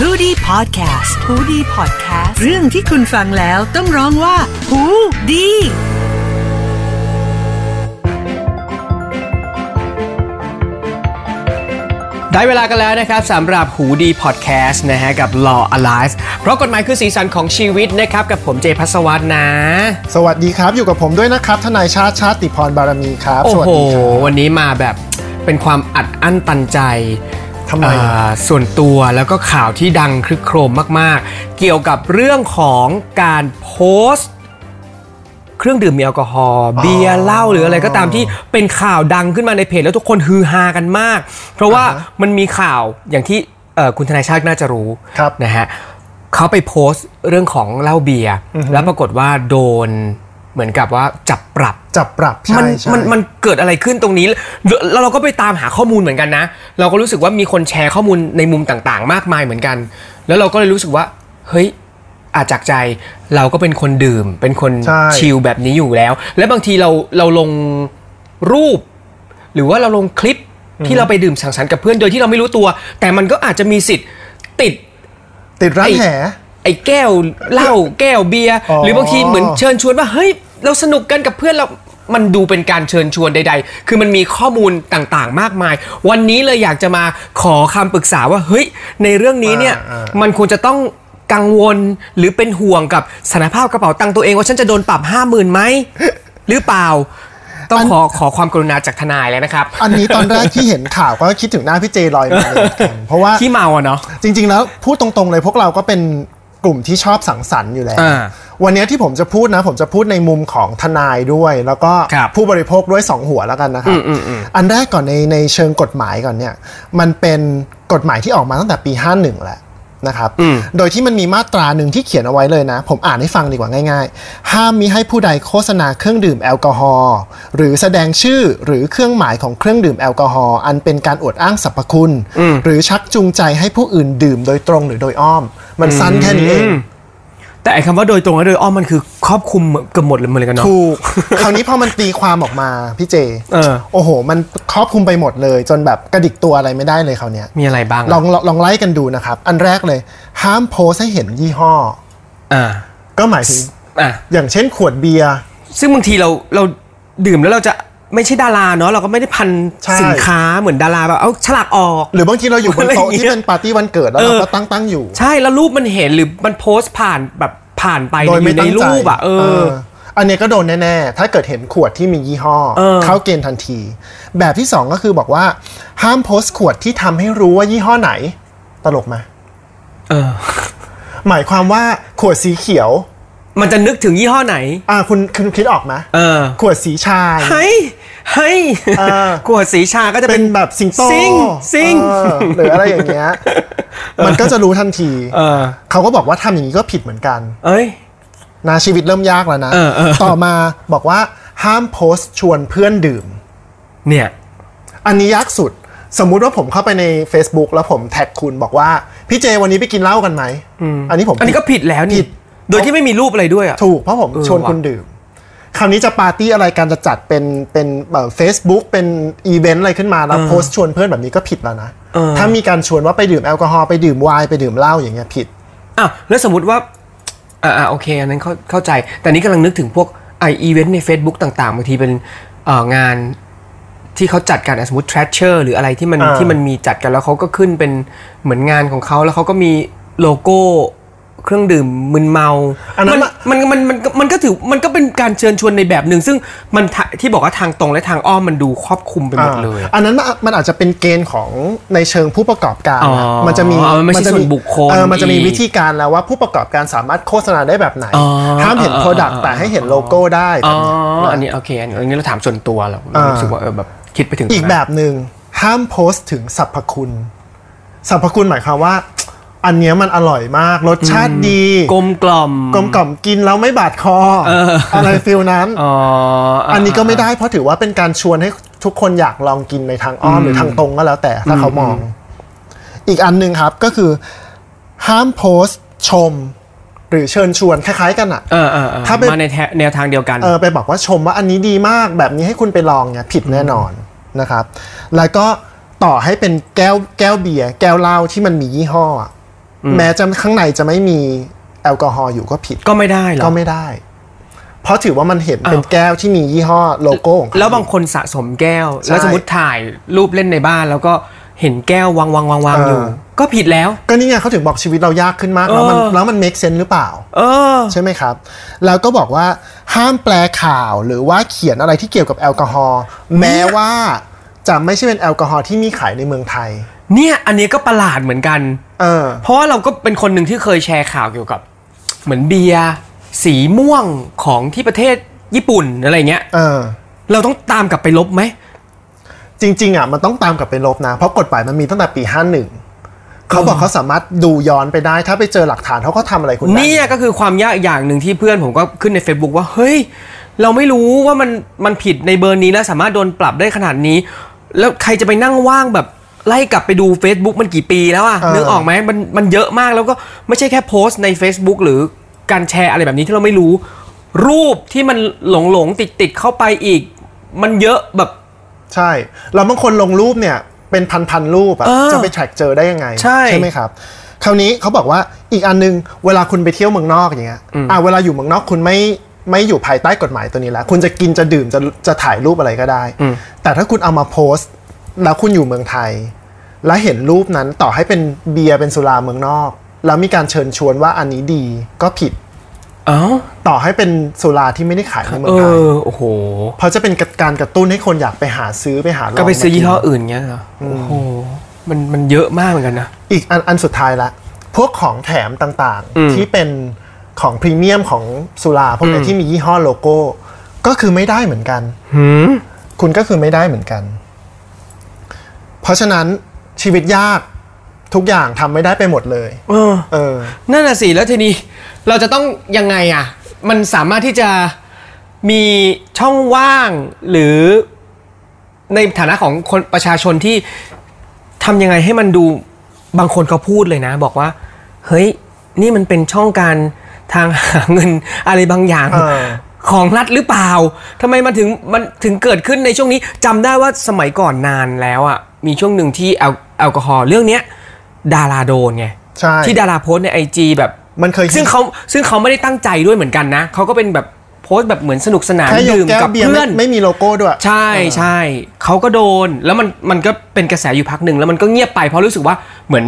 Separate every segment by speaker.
Speaker 1: h o ดี้พอดแคสต์ฮูดี้พอดแคสต์เรื่องที่คุณฟังแล้วต้องร้องว่าหูดี
Speaker 2: ได้เวลากันแล้วนะครับสำหรับหูดีพอดแคสต์นะฮะกับ Law Alive เพราะกฎหมายคือสีสันของชีวิตนะครับ กับผมเจพัสวัตนะ
Speaker 3: สวัสดีครับ อยู่กับผมด้วยนะครับ ทนายชาติชาติพรบารมีครับ
Speaker 2: โอ้
Speaker 3: สวัส
Speaker 2: โห
Speaker 3: ดีครับ
Speaker 2: วันนี้มาแบบเป็นความอัดอั้นตันใจ
Speaker 3: ทำไม
Speaker 2: อ่าส่วนตัวแล้วก็ข่าวที่ดังคลึกโครมมาก ๆ เกี่ยวกับเรื่องของการโพสต์ เครื่องดื่มมีแอลกอฮอล์เบียร์เหล้าหรืออะไรก็ตามที่เป็นข่าวดังขึ้นมาในเพจแล้วทุกคนฮือฮากันมาก เพราะว่ามันมีข่าวอย่างที่เอ่อคุณทนายชาติน่าจะรู้
Speaker 3: ครับ
Speaker 2: นะฮะเขาไปโพสต์เรื่องของเหล้าเบียร์แล้วปรากฏว่าโดนเหมือนกับว่าจับปรับ
Speaker 3: จับปรับ
Speaker 2: มั
Speaker 3: ใช่
Speaker 2: น
Speaker 3: ใช่
Speaker 2: มันมันเกิดอะไรขึ้นตรงนี้แล้วเราก็ไปตามหาข้อมูลเหมือนกันนะ เราก็รู้สึกว่ามีคนแชร์ข้อมูลในมุมต่างๆ มากมายเหมือนกัน แล้วเราก็เลยรู้สึกว่า เฮ้ยอาจจากใจเราก็เป็นคนดื่ม เป็นคนชิลแบบนี้อยู่แล้ว และบางทีเราเราลงรูป หรือว่าเราลงคลิปที่เราไปดื่มสังสรรค์กับเพื่อนโดยที่เราไม่รู้ตัว แต่มันก็อาจจะมีสิทธิ์ติด
Speaker 3: ติดรักแห
Speaker 2: ไอ้แก้วเหล้า แก้วเบียร์
Speaker 3: อ๋อ
Speaker 2: หรือบางทีเหมือนเชิญชวนว่าเฮ้ยเราสนุกกันกับเพื่อนเรา มันดูเป็นการเชิญชวนใด ๆ คือมันมีข้อมูลต่างๆ มากมาย วันนี้เลยอยากจะมาขอคำปรึกษาว่าเฮ้ยในเรื่องนี้เนี่ยมันควรจะต้องกังวลหรือเป็นห่วงกับสถานภาพกระเป๋าตังค์ตัวเองว่าฉันจะโดนปรับห้าหมื่นไหม หรือเปล่า ต้องขอขอความกรุณาจากทนายแล้วนะครับ
Speaker 3: อันนี้ตอนแรกที่เห็นข่าวก็คิดถึงหน้าพี่เจลอยมาเลยเหมือนกันเพราะว่า
Speaker 2: ขี้เมาอะเนาะ
Speaker 3: จริง ๆ แล้วพูดตรงๆเลยพวกเราก็เป็นกลุ่มที่ชอบสังสรรค์อยู่แล้ว
Speaker 2: อ่า
Speaker 3: วันนี้ที่ผมจะพูดนะ ผมจะพูดในมุมของทนายด้วย แล้วก็
Speaker 2: ครับ
Speaker 3: ผู้บริโภคด้วยสองหัวแล้วกันนะครับอันแรกก่อนในในเชิงกฎหมายก่อนเนี่ยมันเป็นกฎหมายที่ออกมาตั้งแต่ปี 51แหละนะครับ
Speaker 2: อืม
Speaker 3: โดยที่มันมีมาตราหนึ่งที่เขียนเอาไว้เลยนะ ผมอ่านให้ฟังดีกว่าง่ายๆ ห้ามมิให้ผู้ใดโฆษณาเครื่องดื่มแอลกอฮอล์หรือแสดงชื่อหรือเครื่องหมายของเครื่องดื่มแอลกอฮอล์อันเป็นการอวดอ้างสรรพคุณ หรือชักจูงใจให้ผู้อื่นดื่มโดยตรงหรือโดยอ้อม มันสั้นแค่นี้เอง
Speaker 2: แต่ไอ้คำว่าโดยตรงและโดยอ้อมมันคือครอบคลุมเกือบหมดเลยเหมือนกันเนาะ
Speaker 3: ถูก คราวนี้พอมันตีความออกมาพี่เจ
Speaker 2: เออ
Speaker 3: โอ้โห มันครอบคลุมไปหมดเลย จนแบบกระดิกตัวอะไรไม่ได้เลยคราวเนี้ย
Speaker 2: มีอะไรบ้างอะ
Speaker 3: ลองลองลองไล่กันดูนะครับ อันแรกเลย ห้ามโพสต์ให้เห็นยี่ห้อ
Speaker 2: อ่า
Speaker 3: ก็หมายถึง
Speaker 2: อ่า
Speaker 3: อย่างเช่นขวดเบียร์
Speaker 2: ซึ่งบางทีเราเราดื่มแล้วเราจะไม่ใช่ดาราเนาะเราก็ไม่ได้พัน
Speaker 3: ใช่
Speaker 2: สินค้าเหมือนดาราแบบเอาฉลากออก
Speaker 3: หรือบางทีเราอยู่บนโต๊ะ
Speaker 2: อะไรอย่างเงี้ย
Speaker 3: ที่เป็นปาร์ตี้วันเกิดแล้ว
Speaker 2: เออ
Speaker 3: เราก็ตั้งตั้งๆอยู่
Speaker 2: ใช่แล้วรูปมันเห็นหรือมันโพสต์ผ่านแบบผ่านไป
Speaker 3: โดยไม่
Speaker 2: อใน
Speaker 3: ตั้งใจ
Speaker 2: รูปอ่ะเอ
Speaker 3: เอ
Speaker 2: อ
Speaker 3: ออันเนี้ยก็โดนแน่ๆ ถ้าเกิดเห็นขวดที่มียี่ห้อ
Speaker 2: เออ
Speaker 3: เข้าเกณฑ์ทันที แบบที่สองก็คือบอกว่า ห้ามโพสต์ขวดที่ทำให้รู้ว่ายี่ห้อไหน ตลกไหม
Speaker 2: เออ
Speaker 3: หมายความว่าขวดสีเขียว
Speaker 2: มันจะนึกถึงยี่ห้อไหน
Speaker 3: อ่าคุณคุณคิดออกไหม
Speaker 2: เออ
Speaker 3: ขวดสีชาย
Speaker 2: เฮ้ยเฮ้ย
Speaker 3: เออ
Speaker 2: ขวดสีชาก็จะ
Speaker 3: เป็
Speaker 2: เป็นน
Speaker 3: แบบสิงโต
Speaker 2: ซิ่งซิ่ง
Speaker 3: เออหรืออะไรอย่างเงี้ย มันก็จะรู้ทันที
Speaker 2: เออ
Speaker 3: เขาก็บอกว่าทำอย่างนี้ก็ผิดเหมือนกัน
Speaker 2: เอ้ย
Speaker 3: นะชีวิตเริ่มยากแล้วนะ
Speaker 2: เออเออ
Speaker 3: ต่อมาบอกว่าห้ามโพสต์ชวนเพื่อนดื่ม
Speaker 2: เนี่ย
Speaker 3: อันนี้ยากสุด สมมุติว่าผมเข้าไปใน Facebook แล้วผมแท็กคุณบอกว่า พี่เจวันนี้ไปกินเหล้ากันไหม อันนี้ผม
Speaker 2: อันนี้ก็ผิดแล้ว
Speaker 3: ผิ
Speaker 2: นี่
Speaker 3: ด
Speaker 2: โดยที่ไม่มีรูปอะไรด้วยอ่ะ
Speaker 3: ถูกเพราะผม
Speaker 2: เออ
Speaker 3: ชวน
Speaker 2: ว่ะ
Speaker 3: คุณดื่ม คราวนี้จะปาร์ตี้อะไรการจะจัดเป็นเป็นเฟซบุ๊กเป็นอีเวนต์อะไรขึ้นมาแล้วโพสต์ชวนเพื่อนแบบนี้ก็ผิดแล้วนะ ถ้ามีการชวนว่าไปดื่มแอลกอฮอล์ไปดื่มไวน์ไปดื่มเหล้าอย่างเงี้ยผิด
Speaker 2: อ่ะแล้วสมมติว่าอ่าอ่าโอเค อันนั้นเข้าเข้าใจ แต่นี้กำลังนึกถึงพวกไออีเวนต์ใน Facebook ต่างๆบางทีเป็นเอ่องานที่เขาจัดกันอ่ะสมมติ t r a s h e r หรืออะไรที่มัน
Speaker 3: อ่า
Speaker 2: ที่มันมีจัดกันแล้วเขาก็ขึ้นเป็นเหมือนงานของเขาแล้วเขาก็มีโลโก้เครื่องดื่มมึนเมา
Speaker 3: อันนั้น
Speaker 2: มันมันมันมันก็มันก็ถือมันก็เป็นการเชิญชวนในแบบหนึ่งซึ่งมันทะที่บอกว่าทางตรงและทางอ้อมมันดูครอบคลุมไปหมดเลยอะ
Speaker 3: อ่าอันนั้นมันมันอาจจะเป็นเกณฑ์ของในเชิงผู้ประกอบการ
Speaker 2: อ๋อ
Speaker 3: นะมันจะมี
Speaker 2: มันไม่ใช่
Speaker 3: จะ
Speaker 2: ส่วนบุคคล
Speaker 3: เออมันจะมี
Speaker 2: อีก
Speaker 3: วิธีการแล้วว่าผู้ประกอบการสามารถโฆษณาได้แบบไหน
Speaker 2: อ๋อ
Speaker 3: ห้ามเห็น
Speaker 2: อ๋อ
Speaker 3: Product
Speaker 2: อ๋อ
Speaker 3: แต่ให้เห็นโลโก้ได้
Speaker 2: อ๋อ
Speaker 3: แบบ
Speaker 2: อัน
Speaker 3: นี้นะ
Speaker 2: นี้โอเคอันนี้เราถามส่วนตัวเราเรารู้สึกว่าเออแบบคิดไปถึงตรง
Speaker 3: อีก
Speaker 2: นั้น
Speaker 3: แบบหนึ่งห้ามโพสต์ถึงสรรพคุณ สรรพคุณหมายความว่า อันเนี้ยมันอร่อยมาก รสชาติดี
Speaker 2: กลมกล่อม
Speaker 3: กลมกล่อมกินแล้วไม่บาดคอ อะไรฟิลนั้น
Speaker 2: อ๋อ
Speaker 3: อั
Speaker 2: อั
Speaker 3: นนี้ก็ไม่ได้เพราะถือว่าเป็นการชวนให้ทุกคนอยากลองกินในทางอ้อมหรือทางตรงก็แล้วแต่ถ้าเขามอง อีกอันหนึ่งครับก็คือ ห้ามโพสต์ชม หรือเชิญชวนคล้ายๆกันอะ
Speaker 2: เออเออเออ
Speaker 3: ถ้าเป็น
Speaker 2: มาในแทแนวทางเดียวกัน
Speaker 3: เออไปบอกว่าชมว่าอันนี้ดีมากแบบนี้ให้คุณไปลองเนี่ยผิดแน่นอนนะครับ แล้วก็ต่อให้เป็นแก้วแก้วเบียร์แก้วเหล้าที่มันมียี่ห้ออะ แม้จะข้างในจะไม่มีแอลกอฮอล์อยู่ก็ผิด
Speaker 2: ก็ไม่ได้หรอ
Speaker 3: ก็ไม่ได้ เพราะถือว่ามันเห็น
Speaker 2: อ้าว
Speaker 3: เป็นแก้วที่มียี่ห้อโลโก้ของเข
Speaker 2: แล้วบางคนสะสมแก้ว
Speaker 3: ใช่
Speaker 2: แล้วสมมติถ่ายรูปเล่นในบ้าน แล้วก็เห็นแก้ววางวางวางวาง
Speaker 3: เอออ
Speaker 2: อยู่ ก็ผิดแล้ว
Speaker 3: ก็นี่ไงเขาถึงบอกชีวิตเรายากขึ้นมากแล้วมัน
Speaker 2: เออ
Speaker 3: แล้วมัน make sense หรือเปล่า
Speaker 2: เออ
Speaker 3: ใช่ไหมครับ แล้วก็บอกว่าห้ามแปลข่าวหรือว่าเขียนอะไรที่เกี่ยวกับแอลกอฮอล์แม้ว่าจะไม่ใช่เป็นแอลกอฮอล์ที่มีขายในเมืองไทย
Speaker 2: เนี่ยอันนี้ก็ประหลาดเหมือนกัน
Speaker 3: เออ
Speaker 2: เพราะว่าเราก็เป็นคนหนึ่งที่เคยแชร์ข่าวเกี่ยวกับ เหมือนเบียร์สีม่วงของที่ประเทศญี่ปุ่นอะไรเงี้ย
Speaker 3: เออ
Speaker 2: เราต้องตามกลับไปลบไหม
Speaker 3: จริง ๆอ่ะมันต้องตามกลับไปลบนะ เพราะกฎหมายมันมีตั้งแต่ปี 51 เขาบอกเขาสามารถดูย้อนไปได้ ถ้าไปเจอหลักฐานเขาก็ทำอะไรคุณได้
Speaker 2: เนี่ยก็คือความยากอย่างหนึ่งที่เพื่อนผมก็ขึ้นใน Facebook ว่า เฮ้ย เราไม่รู้ว่ามันมันผิดในเบอร์นี้แล้วสามารถโดนปรับได้ขนาดนี้ แล้วใครจะไปนั่งว่างแบบไล่กลับไปดู Facebook มันกี่ปีแล้วอะ
Speaker 3: เออ
Speaker 2: นึกออกไหมมันมันเยอะมากแล้วก็ไม่ใช่แค่โพสต์ใน Facebook หรือการแชร์อะไรแบบนี้ที่เราไม่รู้ รูปที่มันหลงหลงติดติดๆเข้าไปอีก มันเยอะแบบ
Speaker 3: ใช่แล้วบางคนลงรูปเนี่ยเป็นพันๆรูปอะ
Speaker 2: เออ
Speaker 3: จะไป track เจอได้ยังไง
Speaker 2: ใช่
Speaker 3: ไหมครับ คราวนี้เขาบอกว่าอีกอันนึงเวลาคุณไปเที่ยวเมืองนอกอย่างเงี้ยอ่าเวลาอยู่เมืองนอกคุณไม่ไม่อยู่ภายใต้กฎหมายตัวนี้แล้ว คุณจะกินจะดื่มจะจะถ่ายรูปอะไรก็ได้
Speaker 2: อืม
Speaker 3: แต่ถ้าคุณเอามาโพสต์ แล้วคุณอยู่เมืองไทย แล้วเห็นรูปนั้นต่อให้เป็นเบียร์เป็นสุราเมืองนอก แล้วมีการเชิญชวนว่าอันนี้ดีก็ผิด
Speaker 2: เอ้า
Speaker 3: ต่อให้เป็นสุราที่ไม่ได้ขายในเมือ
Speaker 2: เอง
Speaker 3: ไทย
Speaker 2: อโอ้โห
Speaker 3: เพราะจะเป็นการกระตุ้นให้คนอยากไปหาซื้อไปหาลอง
Speaker 2: ก็ไปซื้อ
Speaker 3: มา
Speaker 2: ยี่
Speaker 3: น
Speaker 2: ห้ออื่นเงี้ยเหรอโอ้โหมันมันเยอะมากเหมือนกันนะ
Speaker 3: อีกอันอันสุดท้ายละ พวกของแถมต่าง
Speaker 2: อืม
Speaker 3: ๆ ที่เป็นของพรีเมียมของสุราพวกเนี้
Speaker 2: อื
Speaker 3: ย
Speaker 2: ม
Speaker 3: ที่มียี่ห้อโลโก้ ก็คือไม่ได้เหมือนกัน
Speaker 2: หืม
Speaker 3: คุณก็คือไม่ได้เหมือนกัน เพราะฉะนั้นชีวิตยากทุกอย่างทำไม่ได้ไปหมดเลย
Speaker 2: เออ
Speaker 3: เออ
Speaker 2: นั่นน่ะสิแล้วทีนี้เราจะต้องยังไงอ่ะ มันสามารถที่จะมีช่องว่างหรือในฐานะของคนประชาชนที่ทำยังไงให้มันดูบางคนเขาพูดเลยนะ บอกว่า เฮ้ย นี่มันเป็นช่องการทางหาเงิน อะไรบางอย่าง
Speaker 3: เออ
Speaker 2: ของรัฐหรือเปล่าทำไมมันถึงมันถึงเกิดขึ้นในช่วงนี้จำได้ว่าสมัยก่อนนานแล้วอ่ะมีช่วงหนึ่งที่แอลแอลกอฮอล์เรื่องเนี้ยดาราโดนไง
Speaker 3: ใช่
Speaker 2: ที่ดาราโพสต์ในไอจีแบบ
Speaker 3: มันเคย
Speaker 2: ซึ่งเขาซึ่งเขาไม่ได้ตั้งใจด้วยเหมือนกันนะเขาก็เป็นแบบโพสต์แบบเหมือนสนุกสนาน
Speaker 3: แค่ยก
Speaker 2: ดื่ม
Speaker 3: แก้ว
Speaker 2: กับ
Speaker 3: เบียร์
Speaker 2: เพื่
Speaker 3: ไม่
Speaker 2: อน
Speaker 3: ไม่มีโลโก้ด้วย
Speaker 2: ใช่ใช่เขาก็โดนแล้วมันมันก็เป็นกระแสอยู่พักหนึ่งแล้วมันก็เงียบไปเพราะรู้สึกว่าเหมือน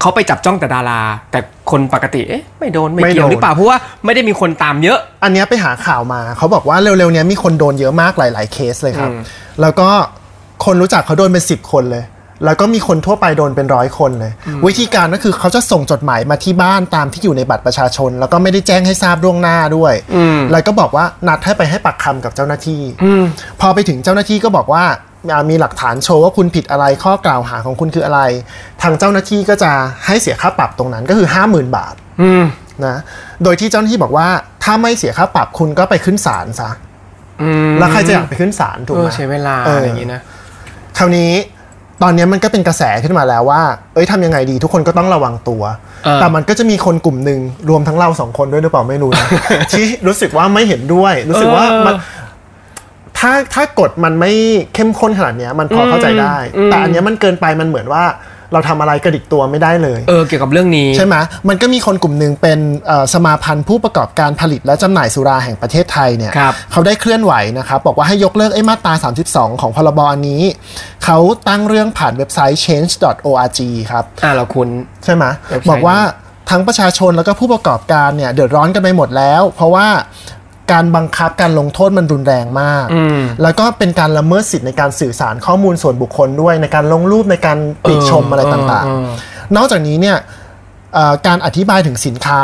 Speaker 2: เขาไปจับจ้องแต่ดารา แต่คนปกติเอ๊ะไม่โดนไม่เกี่ยวหรือเปล่าเพราะว่าไม่ได้มีคนตามเยอะ
Speaker 3: อันเนี้ยไปหาข่าวมา เขาบอกว่าเร็วๆเนี้ยมีคนโดนเยอะมากหลาย ๆ เคสเลยครับ
Speaker 2: อืม
Speaker 3: แล้วก็คนรู้จักเขาโดนเป็นสิบคนเลย แล้วก็มีคนทั่วไปโดนเป็นร้อยคนเลย วิธีการก็คือเขาจะส่งจดหมายมาที่บ้านตามที่อยู่ในบัตรประชาชน แล้วก็ไม่ได้แจ้งให้ทราบล่วงหน้าด้วย แล้วก็บอกว่านัดให้ไปให้ปากคำกับเจ้าหน้าที่ พอไปถึงเจ้าหน้าที่ก็บอกว่าอ่ามีหลักฐานโชว์ว่าคุณผิดอะไรข้อกล่าวหาของคุณคืออะไร ทางเจ้าหน้าที่ก็จะให้เสียค่าปรับตรงนั้นก็คือ 50,000 บาท
Speaker 2: อืม
Speaker 3: นะโดยที่เจ้าหน้าที่บอกว่าถ้าไม่เสียค่าปรับคุณก็ไปขึ้นศาลซะ
Speaker 2: อืม
Speaker 3: แล้วใครจะอยากไปขึ้นศาลถูก
Speaker 2: เอ
Speaker 3: ไห
Speaker 2: อ
Speaker 3: ม
Speaker 2: ใช้เวลา
Speaker 3: เอออ
Speaker 2: อะไรอย่างนี้นะ
Speaker 3: คราวนี้ตอนนี้มันก็เป็นกระแสขึ้นมาแล้วว่า เอ้ยทำยังไงดี ทุกคนก็ต้องระวังตัว
Speaker 2: เออ
Speaker 3: แต่มันก็จะมีคนกลุ่มหนึ่งรวมทั้งเราสองคนด้วยหรือเปล่าไม่รู้ นะ ที่รู้สึกว่าไม่เห็นด้วย รู้สึกว่ามันถ้าถ้ากฎมันไม่เข้มข้นขนาดเนี้ย มันพอเข้าใจได้ แต่อันเนี้ยมันเกินไปมันเหมือนว่า เราทำอะไรกระดิกตัวไม่ได้เลย
Speaker 2: เออเกี่ยวกับเรื่องนี้
Speaker 3: ใช่ไหมมันก็มีคนกลุ่มหนึ่งเป็นเอ่อสมาพันธ์ผู้ประกอบการผลิตและจำหน่ายสุราแห่งประเทศไทยเนี่ย
Speaker 2: ครับ
Speaker 3: เขาได้เคลื่อนไหวนะครับ บอกว่าให้ยกเลิกไอ้มาตรา 32 ของพรบอันนี้ เขาตั้งเรื่องผ่านเว็บไซต์ change.org ครับ
Speaker 2: อ่าเราคุณ
Speaker 3: ใช่ไหม
Speaker 2: เว็บไซต์
Speaker 3: บอกว่าทั้งประชาชนแล้วก็ผู้ประกอบการเนี่ยเดือดร้อนกันไปหมดแล้ว เพราะว่าการบังคับการลงโทษมันรุนแรงมาก แล้วก็เป็นการละเมิดสิทธิในการสื่อสารข้อมูลส่วนบุคคลด้วยในการลงรูปในการติชมอะไรต่างๆ นอกจากนี้เนี่ยเอ่อการอธิบายถึงสินค้า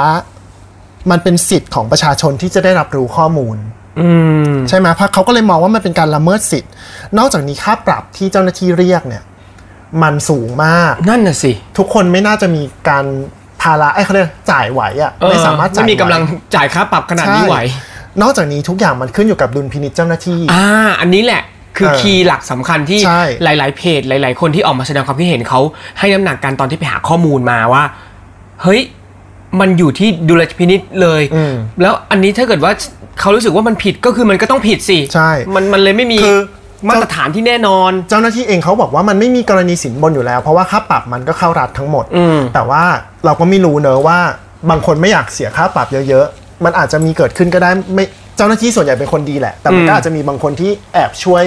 Speaker 3: มันเป็นสิทธิ์ของประชาชนที่จะได้รับรู้ข้อมูล
Speaker 2: อืม
Speaker 3: ใช่ไหมเพราะเขาก็เลยมองว่ามันเป็นการละเมิดสิทธิ์ นอกจากนี้ค่าปรับที่เจ้าหน้าที่เรียกเนี่ยมันสูงมาก
Speaker 2: นั่นน่ะสิ
Speaker 3: ทุกคนไม่น่าจะมีการภาระไอ้เขาเรียกจ่ายไหวอะ
Speaker 2: เออ
Speaker 3: ไม่สามารถจ่าย
Speaker 2: ไม่มีกำลัง
Speaker 3: ไหว
Speaker 2: จ่ายค่าปรับขนาดนี้
Speaker 3: ใช่
Speaker 2: ไหว
Speaker 3: นอกจากนี้ทุกอย่างมันขึ้นอยู่กับดุลพินิจเจ้าหน้าที่
Speaker 2: อ่า อันนี้แหละ คือ
Speaker 3: เออ
Speaker 2: คีย์หลักสำคัญที่
Speaker 3: ใช่
Speaker 2: หลาย ๆ เพจ หลาย ๆ คนที่ออกมาแสดงความคิดเห็นเขาให้น้ำหนักกันตอนที่ไปหาข้อมูลมาว่า เฮ้ย มันอยู่ที่ดุลพินิษเลย
Speaker 3: อืม
Speaker 2: แล้วอันนี้ถ้าเกิดว่าเขารู้สึกว่ามันผิดก็คือมันก็ต้องผิดสิ
Speaker 3: ใช่
Speaker 2: มันมันเลยไม่มี
Speaker 3: คือ
Speaker 2: มาตรฐานที่แน่นอน
Speaker 3: เจ้าหน้าที่เองเขาบอกว่ามันไม่มีกรณีสินบนอยู่แล้ว เพราะว่าค่าปรับมันก็เข้ารัฐทั้งหมด
Speaker 2: อืม
Speaker 3: แต่ว่าเราก็ไม่รู้เนอะว่าบางคนไม่อยากเสียค่าปรับเยอะๆ มันอาจจะมีเกิดขึ้นก็ได้ไม่เจ้าหน้าที่ส่วนใหญ่เป็นคนดีแหละ แต่มันก็อาจจะมีบางคนที่แอบช่วย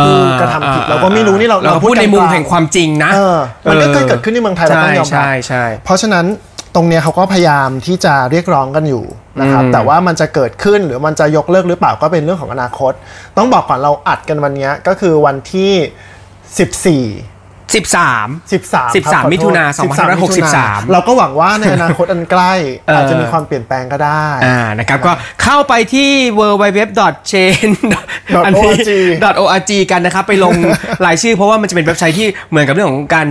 Speaker 3: ผู้กระทำผิดเราก็ไม่รู้นี่เรา
Speaker 2: เราพูดในมุมแห่งความจริงนะ
Speaker 3: เออมันก็เคยเกิดขึ้นในเมืองไทยเราต้องยอมรับ
Speaker 2: ใช่ใช่
Speaker 3: เพราะฉะนั้นตรงเนี้ยเขาก็พยายามที่จะเรียกร้องกันอยู่นะครับ
Speaker 2: อืม
Speaker 3: แต่ว่ามันจะเกิดขึ้นหรือมันจะยกเลิกหรือเปล่าก็เป็นเรื่องของอนาคต ต้องบอกก่อนเราอัดกันวันเนี้ยก็คือวันที่ 14
Speaker 2: สิบสาม
Speaker 3: 13
Speaker 2: 13มิถุนา2563
Speaker 3: เราก็หวังว่าในอนาคตอันใกล้
Speaker 2: เอออ
Speaker 3: อาจจะมีความเปลี่ยนแปลงก็ได้
Speaker 2: อ่านะครับก็เข้าไปที่ www.chain
Speaker 3: .org
Speaker 2: .org กันนะครับ ไปลง รายชื่อเพราะว่ามันจะเป็นเว็บไซต์ที่เหมือนกับเรื่องของการ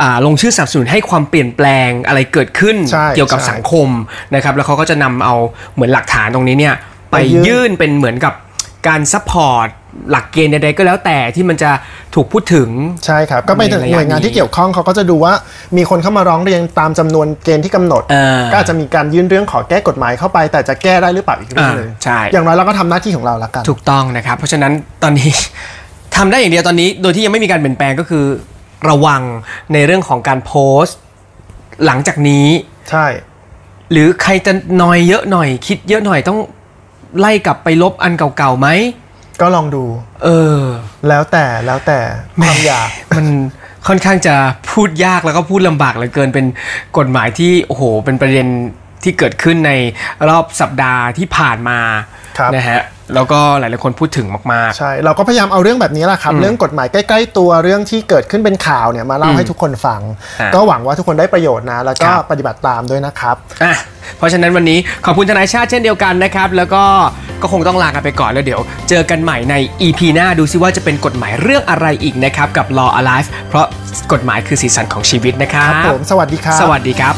Speaker 2: อ่าลงชื่อสนับสนุนให้ความเปลี่ยนแปลงอะไรเกิดขึ้น
Speaker 3: ใช่
Speaker 2: เกี่ยวกับ
Speaker 3: ใช่
Speaker 2: สังคมนะครับ แล้วเขาก็จะนำเอาเหมือนหลักฐานตรงนี้เนี่ย ไป
Speaker 3: ไปยื่น
Speaker 2: ยื่นเป็นเหมือนกับการซัพพอร์ตหลักเกณฑ์ใดๆก็แล้วแต่ที่มันจะถูกพูดถึง
Speaker 3: ใช่ครับ ก็ไปถึง
Speaker 2: ในระยะ
Speaker 3: หน่วยงานที่เกี่ยวข้องเขาก็จะดูว่ามีคนเข้ามาร้องเรียนตามจำนวนเกณฑ์ที่กำหนด
Speaker 2: เออ
Speaker 3: ก็อาจจะมีการยื่นเรื่องขอแก้กฎหมายเข้าไป แต่จะแก้ได้หรือเปล่าอีกเรื่องหนึง
Speaker 2: อ่าใช่
Speaker 3: อย่างน้อยเราก็ทำหน้าที่ของเราละกัน
Speaker 2: ถูกต้องนะครับ เพราะฉะนั้นตอนนี้ ทำได้อย่างเดียวตอนนี้ โดยที่ยังไม่มีการเปลี่ยนแปลงก็คือ ระวังในเรื่องของการโพสต์ หลังจากนี้
Speaker 3: ใช่
Speaker 2: หรือใครจะนอยเยอะหน่อย คิดเยอะหน่อยต้องไล่กลับไปลบอันเก่าๆไหม
Speaker 3: ก็ลองดู
Speaker 2: เออ
Speaker 3: แล้วแต่แล้วแต่ความอยาก
Speaker 2: มันค่อนข้างจะพูดยากแล้วก็พูดลำบากเหลือเกินเป็นกฎหมายที่โอ้โห เป็นประเด็นที่เกิดขึ้นในรอบสัปดาห์ที่ผ่านมา
Speaker 3: ครับ
Speaker 2: นะฮะแล้วก็หลายๆคนพูดถึงมาก
Speaker 3: ใช่ เราก็พยายามเอาเรื่องแบบนี้แหละครับ เรื่องกฎหมายใกล้ๆตัวเรื่องที่เกิดขึ้นเป็นข่าวเนี่ยมาเล่าให้ทุกคนฟัง
Speaker 2: ฮะ
Speaker 3: ก็หวังว่าทุกคนได้ประโยชน์นะ แล้ว
Speaker 2: ค
Speaker 3: ก็
Speaker 2: รับ
Speaker 3: ปฏิบัติตามด้วยนะครับ
Speaker 2: อ่ะเพราะฉะนั้นวันนี้ขอบคุณทนายชาติเช่นเดียวกันนะครับ แล้วก็ก็คงต้องลากันไปก่อนแล้วเดี๋ยว เจอกันใหม่ใน EP หน้าดูซิว่าจะเป็นกฎหมายเรื่องอะไรอีกนะครับ กับ Law Alive เพราะกฎหมายคือสีสันของชีวิตนะครับ
Speaker 3: ผมสวัสดีครับ
Speaker 2: สวัสดีครับ